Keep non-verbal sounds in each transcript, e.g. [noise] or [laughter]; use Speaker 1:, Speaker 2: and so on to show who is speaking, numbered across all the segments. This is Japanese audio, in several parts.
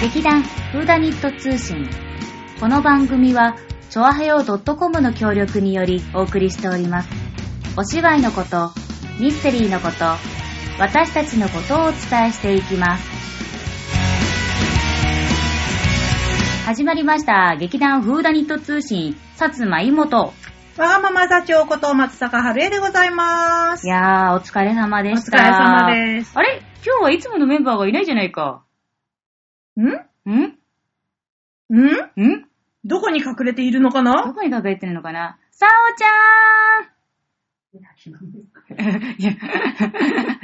Speaker 1: フーダニット通信。この番組は、ちょあへよ .com の協力によりお送りしております。お芝居のこと、ミステリーのこと、私たちのことをお伝えしていきます。始まりました。劇団フーダニット通信、薩摩妹。
Speaker 2: わがまま座長こと松坂春江でございます。
Speaker 1: いやー、お疲れ様でした。
Speaker 2: お疲れ様です
Speaker 1: あれ今日はいつものメンバーがいないじゃないか。
Speaker 2: ん
Speaker 1: んん
Speaker 2: んどこに隠れているのか
Speaker 1: ど
Speaker 2: な
Speaker 1: こに食べてるのかなさおちゃーんいや、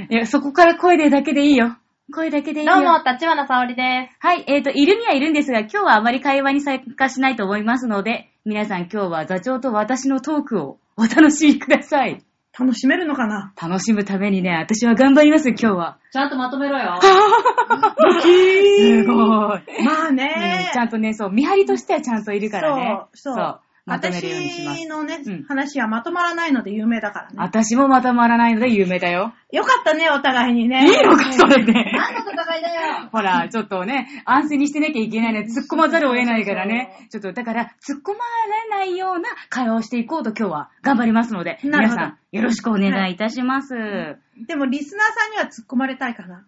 Speaker 1: いや、そこから声でだけでいいよ。声だけでいいよ。
Speaker 3: どうも、立花沙織で
Speaker 1: はい、えっ、と、いるにはいるんですが、今日はあまり会話に参加しないと思いますので、皆さん今日は座長と私のトークをお楽しみください。
Speaker 2: 楽しめるのかな
Speaker 1: 楽しむためにね、私は頑張りますよ、今日は。
Speaker 3: す。ちゃんとまとめろよ。
Speaker 1: すごい。
Speaker 2: まあ
Speaker 1: う
Speaker 2: ね
Speaker 1: ん。ちゃんとね、そう、見張りとしてはちゃんといるからね。
Speaker 2: そう、そう。
Speaker 1: まとめるようにします
Speaker 2: 私。のね
Speaker 1: うん、
Speaker 2: 話はまとまらないので有名だからね。
Speaker 1: 私もまとまらないので有名だよ。
Speaker 2: よかったね、お互いにね。
Speaker 1: いいのか、それで。
Speaker 3: 何の戦いだよ。
Speaker 1: ほら、ちょっとね、安静にしてなきゃいけないね。突っ込まざるを得ないからね。ちょっと、だから、突っ込まれないような会話をしていこうと今日は頑張りますので、
Speaker 2: な
Speaker 1: 皆
Speaker 2: るほど
Speaker 1: さん、よろしくお願いいたします。
Speaker 2: でもリスナーさんには突っ込まれたいかな。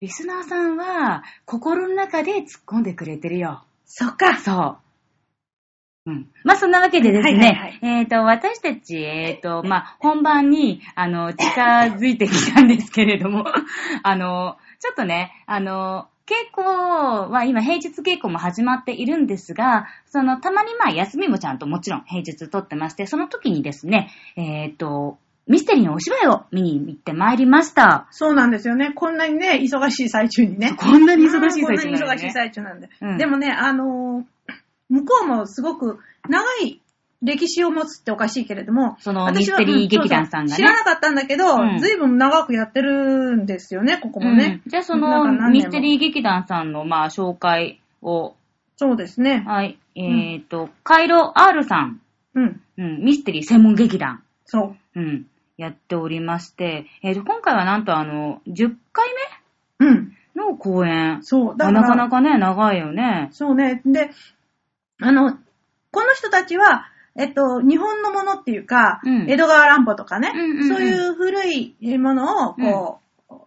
Speaker 1: リスナーさんは、心の中で突っ込んでくれてるよ。
Speaker 2: そっか。
Speaker 1: そう。うん。まあ、そんなわけでですね、
Speaker 2: はいはい
Speaker 1: えっ、と、私たち、えっ、と、まあ、本番に、あの、近づいてきたんですけれども、 [laughs] あの、ちょっとね、あの、稽古は今平日稽古も始まっているんですが、そのたまにまあ休みもちゃんともちろん平日取ってまして、その時にですね、えっ、と、ミステリーのお芝居を見に行ってまいりました。
Speaker 2: そうなんですよね。こんなにね、忙しい最中にね。
Speaker 1: こんなに忙しい最中
Speaker 2: こん
Speaker 1: なの
Speaker 2: な
Speaker 1: に
Speaker 2: に忙し
Speaker 1: ね
Speaker 2: い最中なんで
Speaker 1: うん。
Speaker 2: でもね、あのー、向こうもすごく長い歴史を持つっておかしいけれども、
Speaker 1: その
Speaker 2: 私は
Speaker 1: ミステリー劇団さんがね
Speaker 2: うそう知らなかったんだけど
Speaker 1: うん、
Speaker 2: ずいぶん長くやってるんですよね、ここもね。
Speaker 1: うんじゃあそ
Speaker 2: なんか
Speaker 1: の
Speaker 2: 何
Speaker 1: ミ
Speaker 2: 年
Speaker 1: ス
Speaker 2: も
Speaker 1: テリー劇団さんのまあ紹介を、
Speaker 2: そうですね。
Speaker 1: はい、えっ、と、カイロ R さん、
Speaker 2: うん。
Speaker 1: うん、ミステリー専門劇団、
Speaker 2: そう。
Speaker 1: うん、やっておりまして、えっ、と、今回はなんとあの、10回
Speaker 2: うん。
Speaker 1: 目の公演。
Speaker 2: そう。
Speaker 1: まあなかなかね、長いよね。
Speaker 2: そうね。で、あの、この人たちは、えっと、日本のものっていうか、
Speaker 1: うん
Speaker 2: 江戸川乱歩とかね、
Speaker 1: うんうんうん
Speaker 2: そういう古いものを、こう、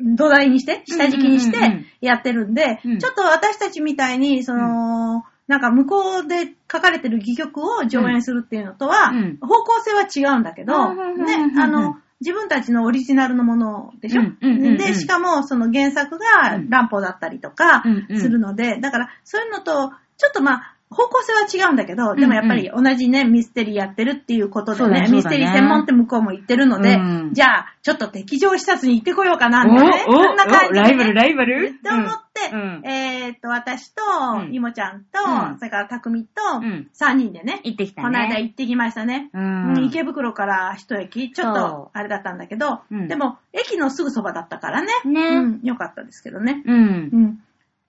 Speaker 2: 土台にして、下敷きにして
Speaker 1: うんうんうんうん
Speaker 2: やってるんで、
Speaker 1: うん
Speaker 2: ちょっと私たちみたいに、その、なんか向こうで書かれてる戯曲を上演するっていうのとは、
Speaker 1: うん
Speaker 2: 方向性は違うんだけ
Speaker 1: うん
Speaker 2: ど、
Speaker 1: うんうんうん
Speaker 2: ね
Speaker 1: うん、
Speaker 2: あの、自分たちのオリジナルのものでしょ、
Speaker 1: うんうんうんうん
Speaker 2: で、しかもその原作が乱歩だったりとか
Speaker 1: うんうん
Speaker 2: するので、だからそういうのと、ちょっとまあ、方向性は違うんだけど、でもやっぱり同じね、ミステリーやってるっていうこと
Speaker 1: そ
Speaker 2: で
Speaker 1: うだ
Speaker 2: ね、
Speaker 1: ね
Speaker 2: ミステリー専門って向こうも言ってるので、
Speaker 1: うん
Speaker 2: じゃあ、ちょっと敵情視察に行ってこようかな、みたいなね。
Speaker 1: おお
Speaker 2: [laughs] そんな感じ
Speaker 1: お
Speaker 2: で、ね。
Speaker 1: ライバル、ライバル
Speaker 2: って思って、
Speaker 1: うんうん
Speaker 2: えーっと、私と
Speaker 1: う、ん
Speaker 2: いもちゃんと、
Speaker 1: うん
Speaker 2: それからたくみと、
Speaker 1: ん
Speaker 2: 3人でね、
Speaker 1: 行ってきたね。
Speaker 2: この間行ってきましたね。
Speaker 1: うん
Speaker 2: うん池袋から一駅、ちょっ
Speaker 1: そう
Speaker 2: とあれだったんだけど、
Speaker 1: うん
Speaker 2: でも、駅のすぐそばだったからね。
Speaker 1: ね
Speaker 2: うん、よかったですけどね。
Speaker 1: うん
Speaker 2: う。ん。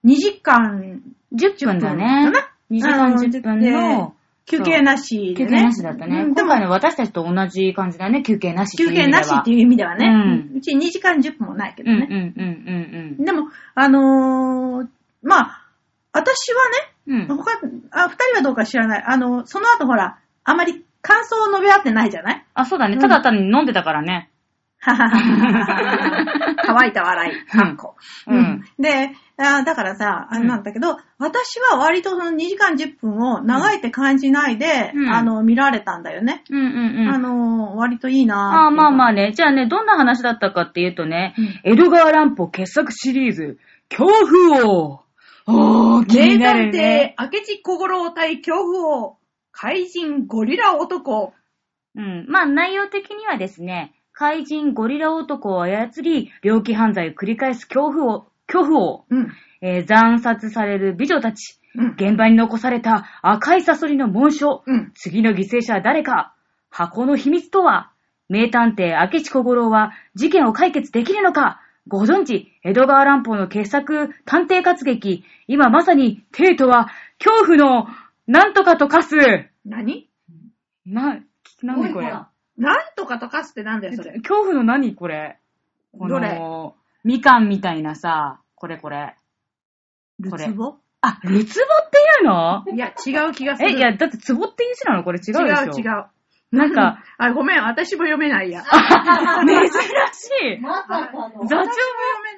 Speaker 2: 2時間
Speaker 1: 10分だね
Speaker 2: 10分だね。
Speaker 1: 2時間10分の
Speaker 2: 休憩なしで
Speaker 1: 休
Speaker 2: ね。
Speaker 1: 憩なしだったね。
Speaker 2: うんで
Speaker 1: 今
Speaker 2: も
Speaker 1: 回、の私たちと同じ感じだね、休憩なしっていう
Speaker 2: 休
Speaker 1: 意味で
Speaker 2: 憩
Speaker 1: は。
Speaker 2: なしっていう意味ではね。
Speaker 1: う
Speaker 2: うんんうち2時間10分もないけど
Speaker 1: うんうん
Speaker 2: ね。
Speaker 1: うん
Speaker 2: でも、あのーまあ、私はね、
Speaker 1: うんうん。うん。
Speaker 2: 他、あ、二人はどうか知らない。あの、その後ほら、あまり感想を述べ合ってないじゃ
Speaker 1: [laughs]
Speaker 2: ない
Speaker 1: あ、そうだね。ただ単に飲んでたからね。
Speaker 2: はははは乾いた笑い、あんこ。
Speaker 1: うん
Speaker 2: で、あだからさ、あれなんだけど、私は割とその2時間10分を長いって感じないで、
Speaker 1: うん
Speaker 2: あの、見られたんだよね。
Speaker 1: うんうん
Speaker 2: あ
Speaker 1: うん。
Speaker 2: の、割といいな
Speaker 1: ああ、まあま
Speaker 2: あ。
Speaker 1: あね。じゃあね、どんな話だったかっていうとね、
Speaker 2: うん
Speaker 1: 江戸川乱歩傑作シリーズ、恐怖王。おー、気
Speaker 2: 名
Speaker 1: になる
Speaker 2: 探偵
Speaker 1: ね。、
Speaker 2: 明智小五郎対恐怖王、怪人ゴリラ男。
Speaker 1: うん。まあ内容的にはですね、怪人ゴリラ男を操り、猟奇犯罪を繰り返す恐怖王、恐怖王、
Speaker 2: うん。
Speaker 1: えー惨殺される美女たち、
Speaker 2: うん。
Speaker 1: 現場に残された赤いサソリの紋章、
Speaker 2: うん。
Speaker 1: 次の犠牲者は誰か箱の秘密とは名探偵明智小五郎は事件を解決できるのかご存知、江戸川乱歩の傑作探偵活劇。今まさに、帝都は恐怖のなんとかと化す。
Speaker 2: 何
Speaker 1: な、なにこれ
Speaker 2: なんとかとかすってなんだよ、それ。
Speaker 1: 恐怖の何これこ
Speaker 2: どれ
Speaker 1: の、みかんみたいなさ、これこれ。
Speaker 2: ル
Speaker 1: これ
Speaker 2: ツボ
Speaker 1: あ、るつぼっていうの
Speaker 2: いや、違う気がする。
Speaker 1: え、いや、だってつぼっていう字なのこれ違
Speaker 2: 違
Speaker 1: うでし
Speaker 2: う
Speaker 1: ょ
Speaker 2: 違う。
Speaker 1: なんか、
Speaker 2: あ、ごめん、私も読めないや。
Speaker 1: [laughs] 珍しい。
Speaker 3: まさかの。
Speaker 1: 雑
Speaker 2: 私
Speaker 1: 音
Speaker 2: も読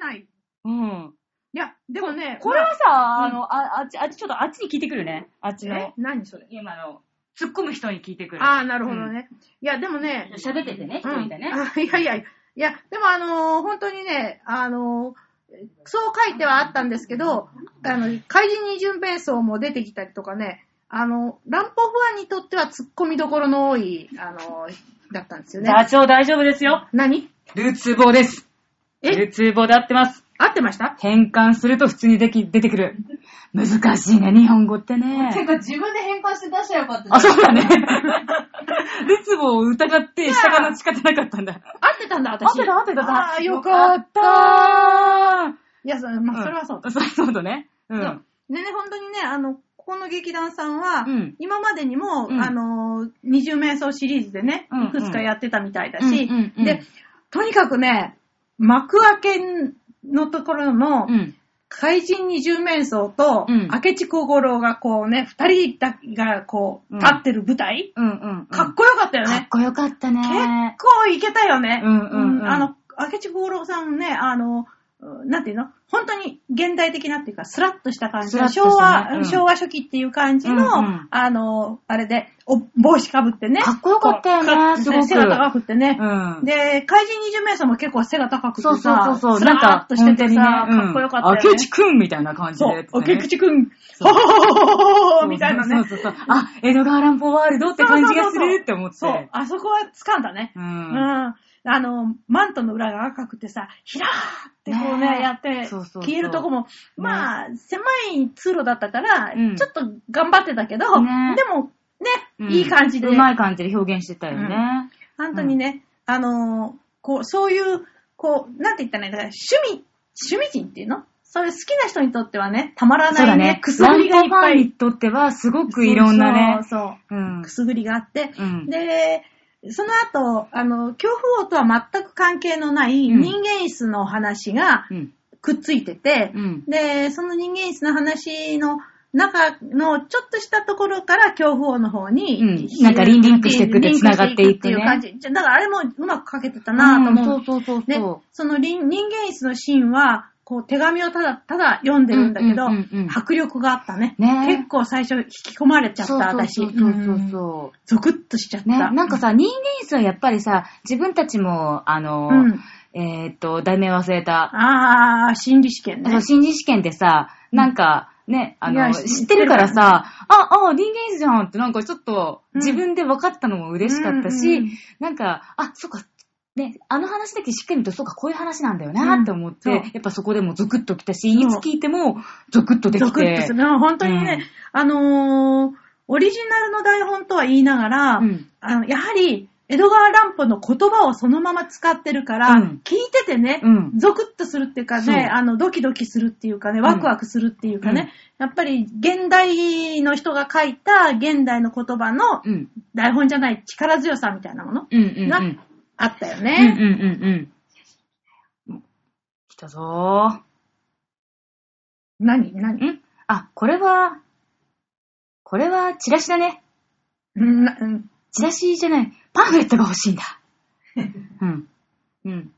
Speaker 2: めない。い
Speaker 1: うん。
Speaker 2: や、でもね、
Speaker 1: これは
Speaker 2: ん
Speaker 1: さ、あの、あ、あっち、あっち、ちょっとあっちに聞いてくるね。あっち
Speaker 2: まあ、え
Speaker 1: の。
Speaker 2: 何それ。
Speaker 1: 今の、突っ込む人に聞いてくる。
Speaker 2: ああ、なるほどね。いや、でもね、
Speaker 1: 喋っててね、一
Speaker 2: うん
Speaker 1: 人でね。
Speaker 2: あいやいや、いや、でもあのー本当にね、あのーそう書いてはあったんですけど、あの、怪人二巡弁奏も出てきたりとかね、あの、乱歩ファンにとっては突っ込みどころの多い、あのーだったんですよね。
Speaker 1: 座長大丈夫ですよ。
Speaker 2: 何
Speaker 1: ルツボです。
Speaker 2: え
Speaker 1: ルツボで合ってます。
Speaker 2: 合ってました
Speaker 1: 変換すると普通にでき、出てくる。難しいね、日本語って
Speaker 3: て
Speaker 2: [laughs]
Speaker 1: ね。
Speaker 3: か自分で変換して出したらよかったじゃん
Speaker 1: あ、そうだね。ルツボを疑って下がの仕方なかったんだ。
Speaker 2: 合ってたんだ、私。
Speaker 1: 合ってた合ってた
Speaker 2: ああ、よかった。
Speaker 1: た
Speaker 2: いや、そ,、まあ、それはそう。
Speaker 1: うん。それはそうだね。う
Speaker 2: で
Speaker 1: ん。
Speaker 2: ねね、本当にね、あの、ここの劇団さんは、
Speaker 1: うん
Speaker 2: 今までにも、
Speaker 1: うん
Speaker 2: あの、二重瞑想シリーズでね、
Speaker 1: うんうん
Speaker 2: いくつかやってたみたいだし、
Speaker 1: うんうんうん
Speaker 2: で、とにかくね、幕開けのところの、
Speaker 1: うん。
Speaker 2: 怪人二重瞑想と、
Speaker 1: うん
Speaker 2: 明智小五郎がこうね、二人だがこう、
Speaker 1: うん
Speaker 2: 立ってる舞台、
Speaker 1: うんうん。
Speaker 2: かっこよかったよ
Speaker 1: かっ
Speaker 2: ね。
Speaker 1: こよかったね。
Speaker 2: 結構いけたよね。
Speaker 1: うんうんうん
Speaker 2: あの、明智小五郎さんね、あの、うんなんていうの本当に現代的なっていうか、スラッとした感じの、
Speaker 1: スラッと
Speaker 2: 昭
Speaker 1: したね
Speaker 2: 和、
Speaker 1: うん
Speaker 2: 昭和初期っていう感じの、
Speaker 1: うんうん
Speaker 2: あの、あれで、お帽子かぶってね。
Speaker 1: かっこよかったよね
Speaker 2: こうか
Speaker 1: すごく
Speaker 2: 背が高くてね。
Speaker 1: うん。
Speaker 2: で、怪人二十名相も結構背が高くて
Speaker 1: そうそうそう
Speaker 2: さ、
Speaker 1: そう。
Speaker 2: ス
Speaker 1: なん
Speaker 2: ラー
Speaker 1: か
Speaker 2: っ、とし
Speaker 1: 本
Speaker 2: て
Speaker 1: 当に
Speaker 2: てさ、
Speaker 1: ね、
Speaker 2: かっこよかったよね。
Speaker 1: うん明智くんみたいな感じ
Speaker 2: そ
Speaker 1: で
Speaker 2: う
Speaker 1: やつ、だ
Speaker 2: お
Speaker 1: ね。
Speaker 2: けくちくん、
Speaker 1: そ
Speaker 2: ほ
Speaker 1: う
Speaker 2: ほほほ
Speaker 1: そ
Speaker 2: ほ
Speaker 1: う
Speaker 2: [laughs] みたいな
Speaker 1: そ
Speaker 2: ね。
Speaker 1: うそうそうそう。あ、江戸川乱歩ワールドって感じがするって思って。
Speaker 2: そう、あそこは掴んだね。
Speaker 1: う。
Speaker 2: うんん。あの、マントの裏が赤くてさ、ひらーってこう
Speaker 1: ね
Speaker 2: ね、
Speaker 1: え
Speaker 2: やって、
Speaker 1: そうそうそう
Speaker 2: 消えるとこも、まあ、狭い通路だったから、
Speaker 1: うん
Speaker 2: ちょっと頑張ってたけど、
Speaker 1: ねえ
Speaker 2: でも、
Speaker 1: う
Speaker 2: ね、
Speaker 1: ん
Speaker 2: いい感じで、
Speaker 1: うまい感じで表現してたよね。
Speaker 2: 本当にね、あのーこう、そういう、こう、なんて言ったらいいんだろう趣味、趣味人っていうのそういう好きな人にとってはね、たまら
Speaker 1: そ
Speaker 2: な
Speaker 1: うだ
Speaker 2: いね
Speaker 1: ね、。
Speaker 2: くすぐりがい
Speaker 1: ラ
Speaker 2: っぱ
Speaker 1: ンポファンに
Speaker 2: い。
Speaker 1: とっては、すごくいろんなね。
Speaker 2: そうそうそう
Speaker 1: うん。
Speaker 2: くすぐりがあって、
Speaker 1: うん
Speaker 2: で、その後、あの、恐怖王とは全く関係のない
Speaker 1: うん
Speaker 2: 人間椅子の話が
Speaker 1: うん。
Speaker 2: くっついてて、
Speaker 1: うん。
Speaker 2: で、その人間椅子の話の中のちょっとしたところから恐怖王の方に、
Speaker 1: うんなんかリンリンクしてくって
Speaker 2: リンクし
Speaker 1: 繋がっていってね
Speaker 2: いう感じ。じゃだからあれもうまくかけてたなと思う。
Speaker 1: うんそうそうそう
Speaker 2: で
Speaker 1: そ、
Speaker 2: そのリン人間椅子のシーンは、こう手紙をただただ読んでるんだけど、
Speaker 1: うんうんうんうん
Speaker 2: 迫力があったね
Speaker 1: ねえ
Speaker 2: 結構最初引き込まれちゃっ
Speaker 1: そう
Speaker 2: た、私。
Speaker 1: そうそうそううんそう。
Speaker 2: ゾクッとしちゃった。
Speaker 1: ね、なんかさ、人間椅子はやっぱりさ、自分たちも、あの、
Speaker 2: うん
Speaker 1: えーっと、題名忘れた、
Speaker 2: ああ、心理試験
Speaker 1: あ
Speaker 2: ね
Speaker 1: の。心理試験でさ、なんか、ね、あ
Speaker 2: いや
Speaker 1: の、
Speaker 2: 知
Speaker 1: 知ってるからさ、あ、あ、人間椅子じゃんってなんかちょっと、自分で分かったのも嬉しかったし、
Speaker 2: うんうん
Speaker 1: なんか、あ、そっか、ね、あの話だけしっかり見ると、そうか、こういう話なんだよなって思って、
Speaker 2: うんそう
Speaker 1: やっぱそこでもゾクッときたし、いつ聞いても、ゾクッとできて。
Speaker 2: ゾクッとする。でも本当にね、あのーオリジナルの台本とは言いながら、
Speaker 1: うん
Speaker 2: あのやはり、江戸川乱歩の言葉をそのまま使ってるから、
Speaker 1: うん
Speaker 2: 聞いててね、
Speaker 1: うん
Speaker 2: ゾクッとするっていうか
Speaker 1: そう
Speaker 2: ね、あの、ドキドキするっていうかね、ワクワクするっていうかね、やっぱり現代の人が書いた現代の言葉の
Speaker 1: うん。
Speaker 2: 台本じゃない力強さみたいなもの
Speaker 1: うんうんうん。
Speaker 2: があったよ
Speaker 1: うん
Speaker 2: ね。
Speaker 1: うんうんうん。来たぞー。
Speaker 2: 何何 [laughs]
Speaker 1: んあ、これは、これはチラシだね。
Speaker 2: うんなうん
Speaker 1: チラシじゃない、パンフレットが欲しいんだ。
Speaker 2: [laughs]
Speaker 1: うん。うん。
Speaker 2: うん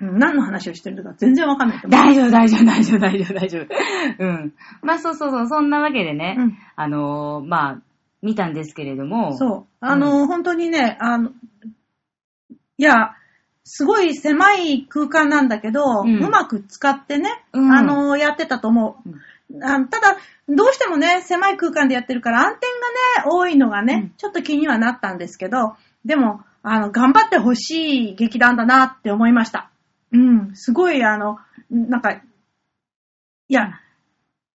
Speaker 2: 何の話をしてるのか全然わかんないと思う。
Speaker 1: 大丈夫、大丈夫、大丈夫、大丈夫、大丈夫。うん。まあそうそうそう、そんなわけでね、
Speaker 2: うん
Speaker 1: あのーまあ、見たんですけれども、
Speaker 2: そう。あの、本当にね、あの、いや、すごい狭い空間なんだけど、う
Speaker 1: うん
Speaker 2: まく使ってね、
Speaker 1: うん
Speaker 2: あの、やってたと思う。あのただ、どうしてもね、狭い空間でやってるから、暗転がね、多いのがね、
Speaker 1: うん
Speaker 2: ちょっと気にはなったんですけど、でも、あの、頑張ってほしい劇団だなって思いました。うん、すごい、あの、なんか、いや、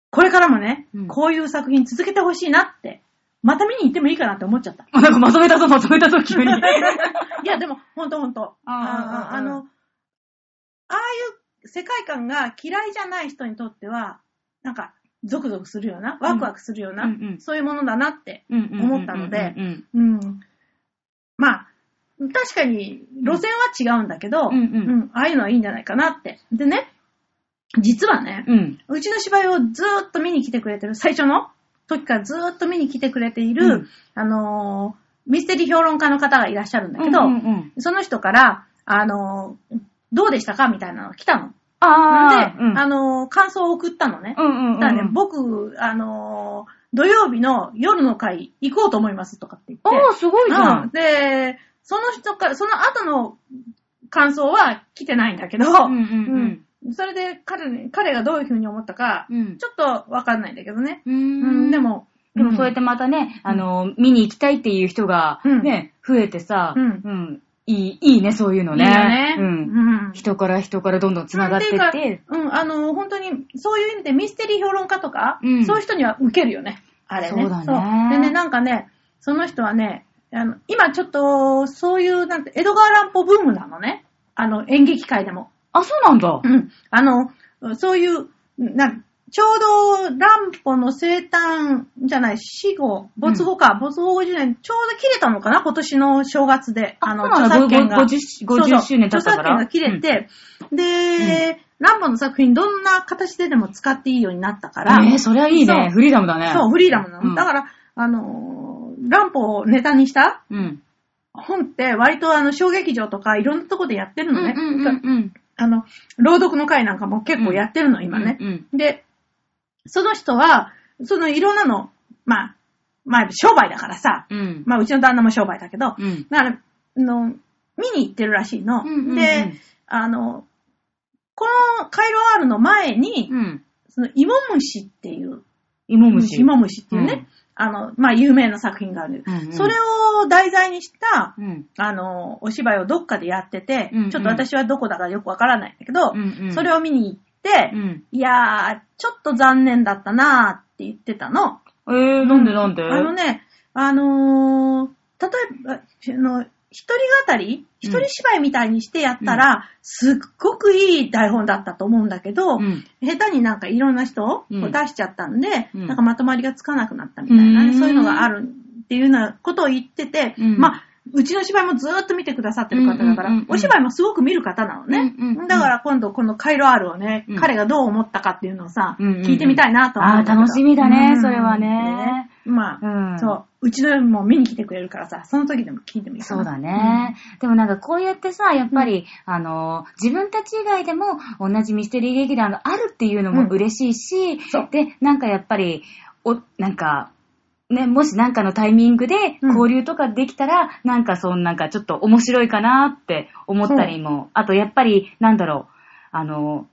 Speaker 2: これからもね、
Speaker 1: うん
Speaker 2: こういう作品続けてほしいなって、また見に行ってもいいかなって思っち
Speaker 1: [laughs]
Speaker 2: ゃった。
Speaker 1: なんかまとめたぞ、まとめたぞ、急
Speaker 2: [laughs]
Speaker 1: に。
Speaker 2: いや、でも、ほんとほんと。
Speaker 1: あ
Speaker 2: あ
Speaker 1: ー
Speaker 2: あの、ああいう世界観が嫌いじゃない人にとっては、なんか、ゾクゾクするような、ワクワクするような、
Speaker 1: うんうん
Speaker 2: そういうものだなって。思ったので
Speaker 1: うん
Speaker 2: うん。まあ、確かに、路線は違うんだけど、
Speaker 1: うんうん
Speaker 2: ああいうのはいいんじゃないかなって。でね、実はね、
Speaker 1: うん。
Speaker 2: うちの芝居をずーっと見に来てくれてる、最初の時からずーっと見に来てくれている、
Speaker 1: うん
Speaker 2: あのーミステリー評論家の方がいらっしゃるんだけど、
Speaker 1: うんうんうん
Speaker 2: その人から、あのーどうでしたかみたいなの来たの。
Speaker 1: あ
Speaker 2: で、
Speaker 1: ーうん
Speaker 2: あのー感想を送ったのね。
Speaker 1: うんうんうんうん。
Speaker 2: だからね、僕、あのー土曜日の夜の会行こうと思いますとかって言って。
Speaker 1: おー、すごいじゃ
Speaker 2: うん
Speaker 1: ん。
Speaker 2: で、その人から、その後の感想は来てないんだけど、
Speaker 1: うんうん
Speaker 2: うんそれで彼に彼がどういうふうに思ったか、
Speaker 1: うん。うん
Speaker 2: ちょっとわかんないんだけどね。
Speaker 1: う
Speaker 2: うん
Speaker 1: ん
Speaker 2: で、も、、
Speaker 1: でもそうやっててまたね、あの、見に行きたいっていう人が
Speaker 2: うん
Speaker 1: ね、増えてさ、
Speaker 2: うん
Speaker 1: うんいい、いいね、そういうのね。
Speaker 2: いいよね。
Speaker 1: うん。
Speaker 2: うん
Speaker 1: 人から人からどんどん繋がってっ
Speaker 2: なんい
Speaker 1: て
Speaker 2: うか、うん、あの、本当に、そういう意味でミステリー評論家とか、
Speaker 1: うん
Speaker 2: そういう人には受けるよね。あれね。
Speaker 1: そうだね
Speaker 2: でね、なんかね、その人はね、あの今ちょっと、そういう、なんて、江戸川乱歩ブームなのね。あの、演劇界でも。
Speaker 1: あ、そうなんだ
Speaker 2: う。ん。あの、そういう、なちょうど、乱歩の生誕じゃない、死後、没後か、没後50年、ちょうど切れたのかな、今年の正月で。
Speaker 1: あ
Speaker 2: の、
Speaker 1: そうなんだごご50
Speaker 2: そうそう
Speaker 1: 周年経ったから
Speaker 2: 著作権が切れて、で、乱歩の作品どんな形ででも使っていいようになったから、
Speaker 1: えー、そりゃいいね。
Speaker 2: そ
Speaker 1: フリーダムだね。
Speaker 2: そう、フリーダムなの。
Speaker 1: うん
Speaker 2: だから、あのー、乱歩をネタにした
Speaker 1: うん。
Speaker 2: 本って割とあの、小劇場とかいろんなとこでやって
Speaker 1: う
Speaker 2: る
Speaker 1: ん
Speaker 2: の
Speaker 1: う
Speaker 2: ね。
Speaker 1: んうんうん。
Speaker 2: あの、朗読の会なんかも結構やってるの、今ね。
Speaker 1: うん
Speaker 2: で、その人は、そのいろんなの、まあ、まあ、商売だからさ、
Speaker 1: うん。
Speaker 2: まあ、うちの旦那も商売だけど、
Speaker 1: うん。
Speaker 2: だから、あの、見に行ってるらしいの。
Speaker 1: うんうんうん
Speaker 2: で、あの、このカイロアールの前に、
Speaker 1: うん。
Speaker 2: その、イモムシっていう、
Speaker 1: 芋虫。
Speaker 2: イモムシっていうね、あの、まあ、有名な作品がある。
Speaker 1: うんうん
Speaker 2: それを題材にした、
Speaker 1: うん。
Speaker 2: あの、お芝居をどっかでやってて、
Speaker 1: うんうん
Speaker 2: ちょっと私はどこだかよくわからないんだけど、
Speaker 1: うんうん
Speaker 2: それを見に行って、
Speaker 1: うん。
Speaker 2: いやー、ちょっと残念だったなーって言ってたの。
Speaker 1: えー、なんでなんで
Speaker 2: あのね、あのー、例えば、あの、一人語り一人芝居みたいにしてやったら、すっごくいい台本だったと思うんだけ
Speaker 1: う
Speaker 2: ど、
Speaker 1: ん。
Speaker 2: 下手になんかいろんな人をこう
Speaker 1: うん
Speaker 2: 出しちゃったんで、
Speaker 1: うん
Speaker 2: なんかまとまりがつかなくなったみたいな
Speaker 1: う
Speaker 2: ね、
Speaker 1: ん
Speaker 2: そういうのがあるっていうようなことを言ってて、
Speaker 1: うん
Speaker 2: まあ、うちの芝居もずーっと見てくださってる方だか
Speaker 1: うんうんう
Speaker 2: ら、
Speaker 1: んうん
Speaker 2: お芝居もすごく見る方なのね。
Speaker 1: うんうんうん
Speaker 2: だから今度このカイロアールをね、
Speaker 1: うん
Speaker 2: 彼がどう思ったかっていうのをさ、
Speaker 1: うんうんうん
Speaker 2: 聞いてみたいなと思うんけど
Speaker 1: あー楽しみだね
Speaker 2: うん
Speaker 1: それはね
Speaker 2: でまあ、
Speaker 1: うん
Speaker 2: そう、うちのも見に来てくれるからさ、その時でも聞いてもいいか
Speaker 1: そ
Speaker 2: な
Speaker 1: うだね。でもなんかこうやってさ、やっぱり、あの、自分たち以外でも同じミステリー劇団があるっていうの
Speaker 2: うん
Speaker 1: も嬉しいし、
Speaker 2: そう
Speaker 1: で、なんかやっぱり、お、なんか、ね、もしなんかのタイミングで
Speaker 2: うん
Speaker 1: 交流とかできたら、なんかそんなんかちょっと面白いかなって思ったりも、あとやっぱり、なんだろう、あの、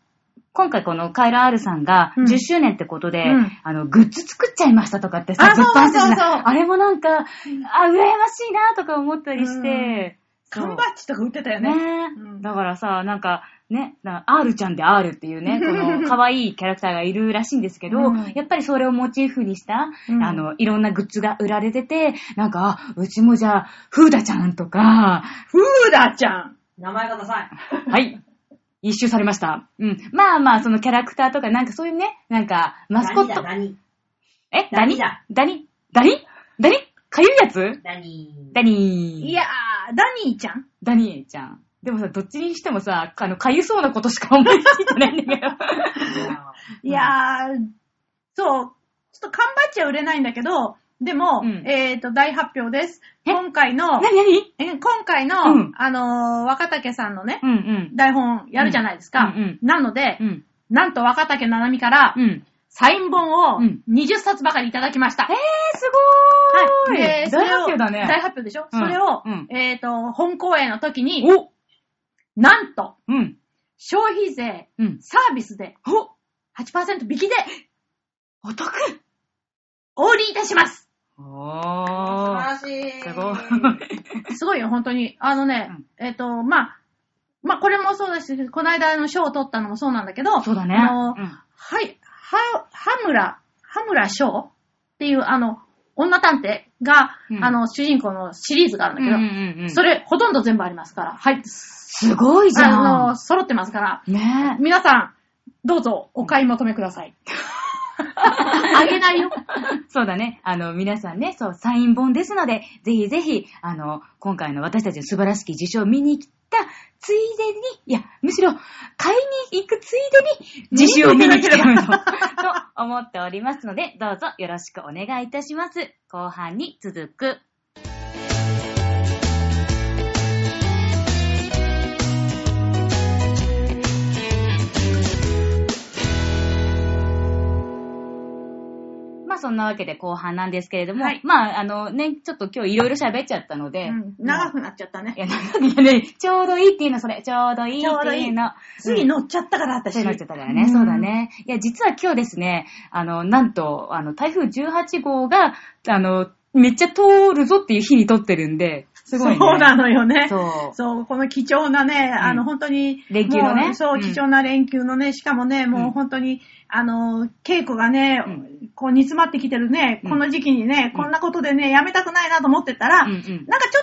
Speaker 1: 今回このカイラ・アールさんが
Speaker 2: うん
Speaker 1: 10周年ってことで、
Speaker 2: うん
Speaker 1: あの、グッズ作っちゃいましたとかってさ、
Speaker 2: あ
Speaker 1: ずっと話してた
Speaker 2: そうそう
Speaker 1: じゃない
Speaker 2: そう
Speaker 1: あれもなんか、あ、羨ましいなとか思ったりし
Speaker 2: うん
Speaker 1: て、そう
Speaker 2: 缶バッジとか売ってたよね。
Speaker 1: ね
Speaker 2: うん
Speaker 1: だからさ、なんか、ね、な R ちゃんで R っていう
Speaker 2: [laughs]
Speaker 1: ね、この可愛いキャラクターがいるらしいんですけど、
Speaker 2: うん
Speaker 1: やっぱりそれをモチーフにした、
Speaker 2: うん
Speaker 1: あの、いろんなグッズが売られてて、なんか、あうちもじゃあ、フーダちゃんと
Speaker 2: [laughs]
Speaker 1: か、
Speaker 2: フーダちゃん
Speaker 3: 名前がダサい。
Speaker 1: はい。一周されました。うん。まあまあ、そのキャラクターとか、なんかそういうね、なんか、マスコット。
Speaker 3: 何
Speaker 1: えダ
Speaker 3: ダニ
Speaker 1: ニ
Speaker 3: だ
Speaker 1: ダニダニダニかゆいやつ
Speaker 3: 何
Speaker 1: ダニー。
Speaker 2: いやー、ダニーちゃん
Speaker 1: ダニエちゃん。でもさ、どっちにしてもさ、あの、かゆそうなことしか思いついてないんだけど。 [laughs]
Speaker 2: いやー、そう、ちょっと缶バッジは売れないんだけど、でも、
Speaker 1: うん
Speaker 2: えっ、と、大発表です。
Speaker 1: え
Speaker 2: 今回の、
Speaker 1: なになに
Speaker 2: え今回の、
Speaker 1: うん
Speaker 2: あのー若竹さんのね
Speaker 1: う、んうん。
Speaker 2: 台本やるじゃないですか。
Speaker 1: うんうん
Speaker 2: なので、
Speaker 1: うん。
Speaker 2: なんと若竹七海から、
Speaker 1: うん。
Speaker 2: サイン本を
Speaker 1: うん
Speaker 2: 20冊ばかりいただきました。
Speaker 1: えー、すごーい。
Speaker 2: はい。で
Speaker 1: 大発
Speaker 2: それを
Speaker 1: 表だね。
Speaker 2: 大発表でしょ、
Speaker 1: うん
Speaker 2: それを、
Speaker 1: うん
Speaker 2: えっ、と、本公演の時に、
Speaker 1: お
Speaker 2: なんと、
Speaker 1: うん。
Speaker 2: 消費税、
Speaker 1: うん。
Speaker 2: サービスで、8%引きで、
Speaker 1: お得
Speaker 2: お売りいたします
Speaker 1: おー。
Speaker 3: 素晴らしい。
Speaker 1: すごい。
Speaker 2: すごいよ、本当に。あのね、えっ、と、まあ、まあ、これもそうだし、この間の賞を取ったのもそうなんだけど、
Speaker 1: そうだね。
Speaker 2: あの、
Speaker 1: うん
Speaker 2: はい、は、はむら、はむら賞っていう、あの、女探偵が、
Speaker 1: うん
Speaker 2: あの、主人公のシリーズがあるんだけど、
Speaker 1: うんうんうん
Speaker 2: それ、ほとんど全部ありますから、はい、
Speaker 1: すごいじゃ
Speaker 2: あの、
Speaker 1: ん。
Speaker 2: 揃ってますから、
Speaker 1: ね
Speaker 2: 皆さん、どうぞお買い求めください。あげな
Speaker 1: [laughs]
Speaker 2: いよ。
Speaker 1: そうだね。あの、皆さんね、そう、サイン本ですので、ぜひぜひ、あの、今回の私たちの素晴らしき受賞を見に来た、ついでに、いや、むしろ、買いに行くついでに、受賞を見に来てもらおうと思っておりますので、どうぞよろしくお願いいたします。後半に続く。まあそんなわけで後半なんですけれども、
Speaker 2: はい
Speaker 1: まああのね、ちょっと今日いろいろ喋っちゃったので、
Speaker 2: うん長くなっちゃったね
Speaker 1: い。や、なんかね、ちょうどいいっていうの、それ。ちょうどいいっていうの。
Speaker 2: ちょうどいい次乗っちゃったから、私。
Speaker 1: そうなっちゃったからね、そうだ。ね。いや、実は今日ですね、あの、なんと、あの、台風18号が、あの、めっちゃ通るぞっていう日に撮ってるんで、すごいね。
Speaker 2: そうなのよね。
Speaker 1: そう。
Speaker 2: そう、この貴重なね、あ
Speaker 1: う
Speaker 2: の、
Speaker 1: ん
Speaker 2: 本当に。
Speaker 1: 連休のね
Speaker 2: もうそうう、
Speaker 1: ん
Speaker 2: 貴重な連休のね、しかもね、
Speaker 1: う
Speaker 2: も
Speaker 1: ん
Speaker 2: う本当に、あの、稽古がね
Speaker 1: う、
Speaker 2: こう煮詰まってきてるね、
Speaker 1: うん
Speaker 2: この時期にね、
Speaker 1: うん
Speaker 2: こんなことでね、やめたくないなと思ってたら、
Speaker 1: う
Speaker 2: なん
Speaker 1: うん
Speaker 2: かちょ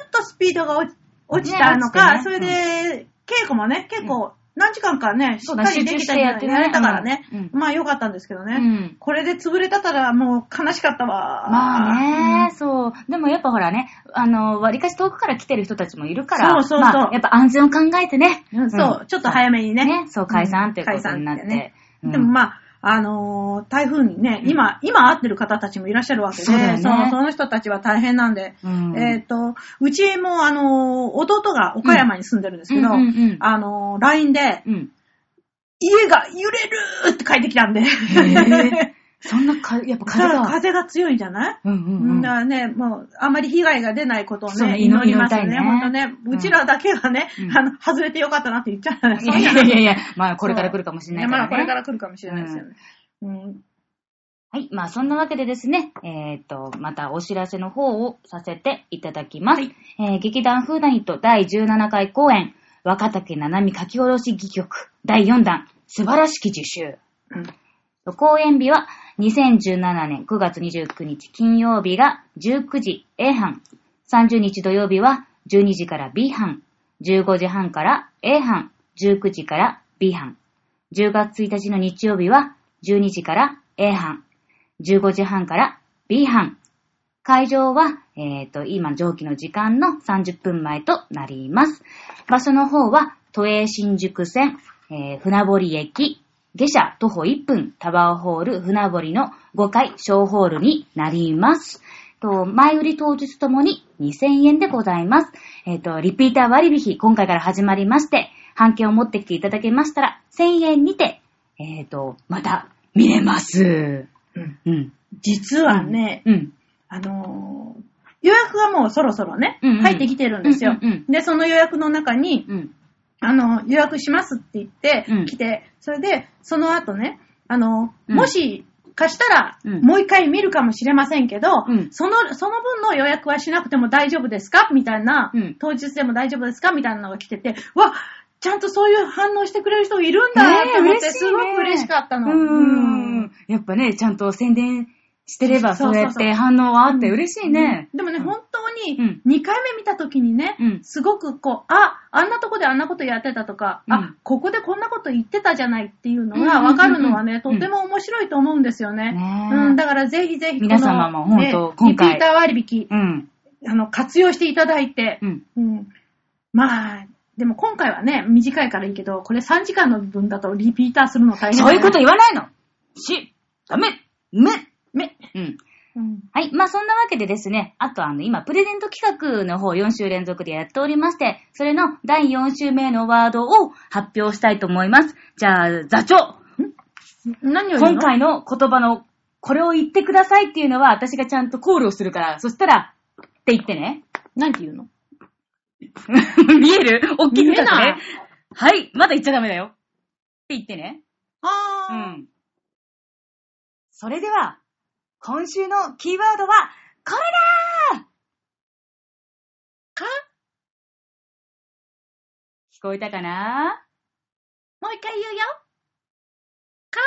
Speaker 2: っとスピードが落ち落ちたの
Speaker 1: ね
Speaker 2: か、
Speaker 1: 落
Speaker 2: そ
Speaker 1: ちて
Speaker 2: れ
Speaker 1: ね
Speaker 2: で、稽古もね、結構、何時間かね、し
Speaker 1: そ
Speaker 2: っ
Speaker 1: う
Speaker 2: か
Speaker 1: だ
Speaker 2: りでき
Speaker 1: 集中
Speaker 2: たり
Speaker 1: してやってね
Speaker 2: やれたからね
Speaker 1: うん、
Speaker 2: まあ良かったんですけど
Speaker 1: う
Speaker 2: ね。
Speaker 1: ん。
Speaker 2: これで潰れたたらもう悲しかったわ。
Speaker 1: まあね、
Speaker 2: うん。
Speaker 1: そう。でもやっぱほらね、あの、割かし遠くから来てる人たちもいるから、
Speaker 2: そうそうそう
Speaker 1: まあ、やっぱ安全を考えてね。
Speaker 2: うんそう、ちょっと早めにね。
Speaker 1: ね、そう、解散っていうこ
Speaker 2: 解
Speaker 1: と
Speaker 2: 散
Speaker 1: になって。
Speaker 2: てね
Speaker 1: うん
Speaker 2: でもまあ、あのー台風にね、
Speaker 1: うん
Speaker 2: 今、今会ってる方たちもいらっしゃるわけで、
Speaker 1: そうだよね
Speaker 2: そうその人たちは大変なんで、
Speaker 1: うん
Speaker 2: えっ、と、うちもあのー弟が岡山に住んでるんですけど、
Speaker 1: うんうんうんうん
Speaker 2: あのー LINE で、
Speaker 1: うん。
Speaker 2: 家が揺れるって書いてきたんで、 [laughs]
Speaker 1: へそんなか、やっぱ
Speaker 2: だか
Speaker 1: 風
Speaker 2: ら
Speaker 1: が。
Speaker 2: 風が強いんじゃない
Speaker 1: うんうんうん。
Speaker 2: だからね、もう、あまり被害が出ないことを
Speaker 1: そうね
Speaker 2: ね、祈ります
Speaker 1: 祈り
Speaker 2: ね。
Speaker 1: たいね
Speaker 2: 本当ね、うちらだけはね
Speaker 1: う、ん
Speaker 2: あの、外れてよかったなって言っちゃうね。
Speaker 1: いやいやいやいや、まあこれから来るかもしれないか
Speaker 2: ねま
Speaker 1: ら、
Speaker 2: だ
Speaker 1: ね。
Speaker 2: これから来るかもしれないですよね。うん
Speaker 1: はい。まあ、そんなわけでですね、えっ、と、またお知らせの方をさせていただきます。えー劇団フーダニット第17回公演、若竹七海書き下ろし戯曲第4弾、素晴らしき受賞。
Speaker 2: うん
Speaker 1: 公演日は2017年9月29日金曜日が19時 A 班、30日土曜日は12時から B 班、15時半から A 班、19時から B 班、10月1日の日曜日は12時から A 班、15時半から B 班、会場は、えっ、と、今、上記の時間の30分前となります。場所の方は、都営新宿線、えー船堀駅、下車徒歩1分、タワーホール船堀の5階小ホールになります。と前売り当日ともに2000円でございます。えっ、と、リピーター割引、今回から始まりまして、半券を持ってきていただけましたら、1000円にて、えっ、と、また見れます。
Speaker 2: うん
Speaker 1: うん。
Speaker 2: 実はね、
Speaker 1: うん。
Speaker 2: あのー予約がもうそろそろね、
Speaker 1: うんうん
Speaker 2: 入ってきてるんですよ。
Speaker 1: うんうん
Speaker 2: で、その予約の中に、
Speaker 1: うん。
Speaker 2: あの、予約しますって言って
Speaker 1: うん、
Speaker 2: 来て、それで、その後ね、あの、
Speaker 1: うん
Speaker 2: もし、貸したら、
Speaker 1: うん
Speaker 2: もう一回見るかもしれませんけど、
Speaker 1: うん
Speaker 2: その、その分の予約はしなくても大丈夫ですかみたいな、
Speaker 1: うん
Speaker 2: 当日でも大丈夫ですかみたいなのが来てて、わちゃんとそういう反応してくれる人いるんだ
Speaker 1: ねえ
Speaker 2: と思って、
Speaker 1: 嬉しいね
Speaker 2: すごく嬉しかったの。
Speaker 1: うん。やっぱね、ちゃんと宣伝してれば、
Speaker 2: そ
Speaker 1: そう
Speaker 2: そう
Speaker 1: う
Speaker 2: そう
Speaker 1: やって反応はあって嬉しいね。
Speaker 2: でもね、
Speaker 1: うん
Speaker 2: 本当に
Speaker 1: うん
Speaker 2: 2回目見た時にね、
Speaker 1: うん
Speaker 2: すごくこう、あ、あんなとこであんなことやってたとか、
Speaker 1: う
Speaker 2: あ
Speaker 1: ん、
Speaker 2: ここでこんなこと言ってたじゃないっていうの
Speaker 1: うんうんうんう
Speaker 2: が
Speaker 1: ん
Speaker 2: 分かるのはね、
Speaker 1: うん
Speaker 2: とても面白いと思うんですよね。
Speaker 1: ねえ
Speaker 2: うん、だからぜひぜひこの、
Speaker 1: 皆様も本当
Speaker 2: ね
Speaker 1: 今回
Speaker 2: リピーター割引、
Speaker 1: うん。
Speaker 2: あの、活用していただいて、
Speaker 1: うん。
Speaker 2: うんまあ、でも今回はね、短いからいいけど、これ3時間の分だとリピーターするの大変
Speaker 1: そういうこと言わないのし、ダメめ
Speaker 2: め、
Speaker 1: うん。
Speaker 2: うん
Speaker 1: はい。まあ、そんなわけでですね、あとあの、今、プレゼント企画の方4週連続でやっておりまして、それの第4週目のワードを発表したいと思います。じゃあ、座長
Speaker 2: 何を言うの
Speaker 1: 今回の言葉の、これを言ってくださいっていうのは、私がちゃんとコールをするから、そしたら、って言ってね。
Speaker 2: 何て言うの
Speaker 1: [laughs] 見える大きく
Speaker 2: 見えない
Speaker 1: ね。はい、まだ言っちゃダメだよ。って言ってね。
Speaker 2: あ
Speaker 1: [laughs] う
Speaker 2: ー、
Speaker 1: ん。それでは、今週のキーワードは、これだー
Speaker 2: か
Speaker 1: 聞こえたかな
Speaker 2: もう一回言うよ。か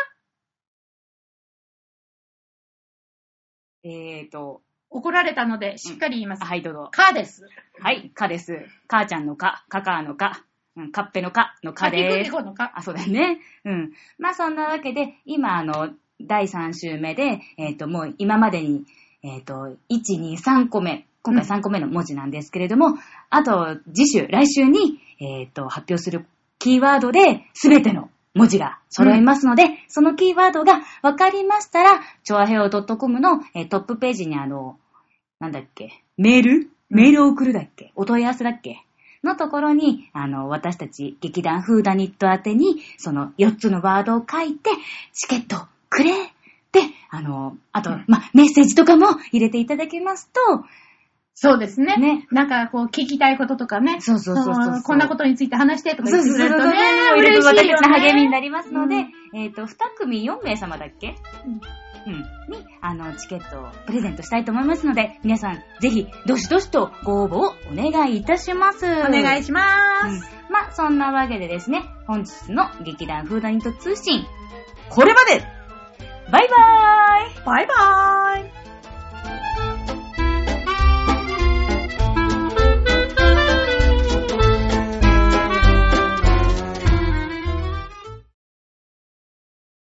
Speaker 1: えーと、
Speaker 2: 怒られたので、しっかり言います。
Speaker 1: あはい、どうぞ。
Speaker 2: かです。
Speaker 1: はい、かです。かーちゃんのか、かかーのか、うん、かっぺのかのか
Speaker 2: かきく
Speaker 1: で
Speaker 2: け
Speaker 1: す。
Speaker 2: このか。
Speaker 1: あ、そうだよね。うん。まあそんなわけで、今あの、第3週目で、えっ、と、もう今までに、えっ、と、1、2、3個目、今回3個目の文字なんですけれども、あと、次週、来週に、えっ、と、発表するキーワードで、すべての文字が揃いますので、そのキーワードが分かりましたら、ちょあへお .com の、えートップページにあの、なんだっけ、メールメールを送るだっけ、お問い合わせだっけのところに、あの、私たち劇団フーダニット宛てに、その4つのワードを書いて、チケットくれって、あの、あと、
Speaker 2: うん
Speaker 1: ま、メッセージとかも入れていただけますと、
Speaker 2: そうですね。
Speaker 1: ね
Speaker 2: なんかこう聞きたいこととかね。
Speaker 1: そうそうそうそう
Speaker 2: のこんなことについて話してとか言ってくれるとね。
Speaker 1: 入れ
Speaker 2: 嬉
Speaker 1: る
Speaker 2: し
Speaker 1: 私た
Speaker 2: い
Speaker 1: ち
Speaker 2: よ、
Speaker 1: の
Speaker 2: ね。
Speaker 1: 励みになりますので、
Speaker 2: う
Speaker 1: えっ、と、2組4名様だっけうん。に、あの、チケットをプレゼントしたいと思いますので、皆さん、ぜひ、どしどしとご応募をお願いいたします。お
Speaker 2: お願い
Speaker 1: し
Speaker 2: しま
Speaker 1: ます
Speaker 2: す。。
Speaker 1: まあ、そんなわけでですね、本日の劇団フーダニット通信、これまでバイバーイ
Speaker 2: バイバーイ。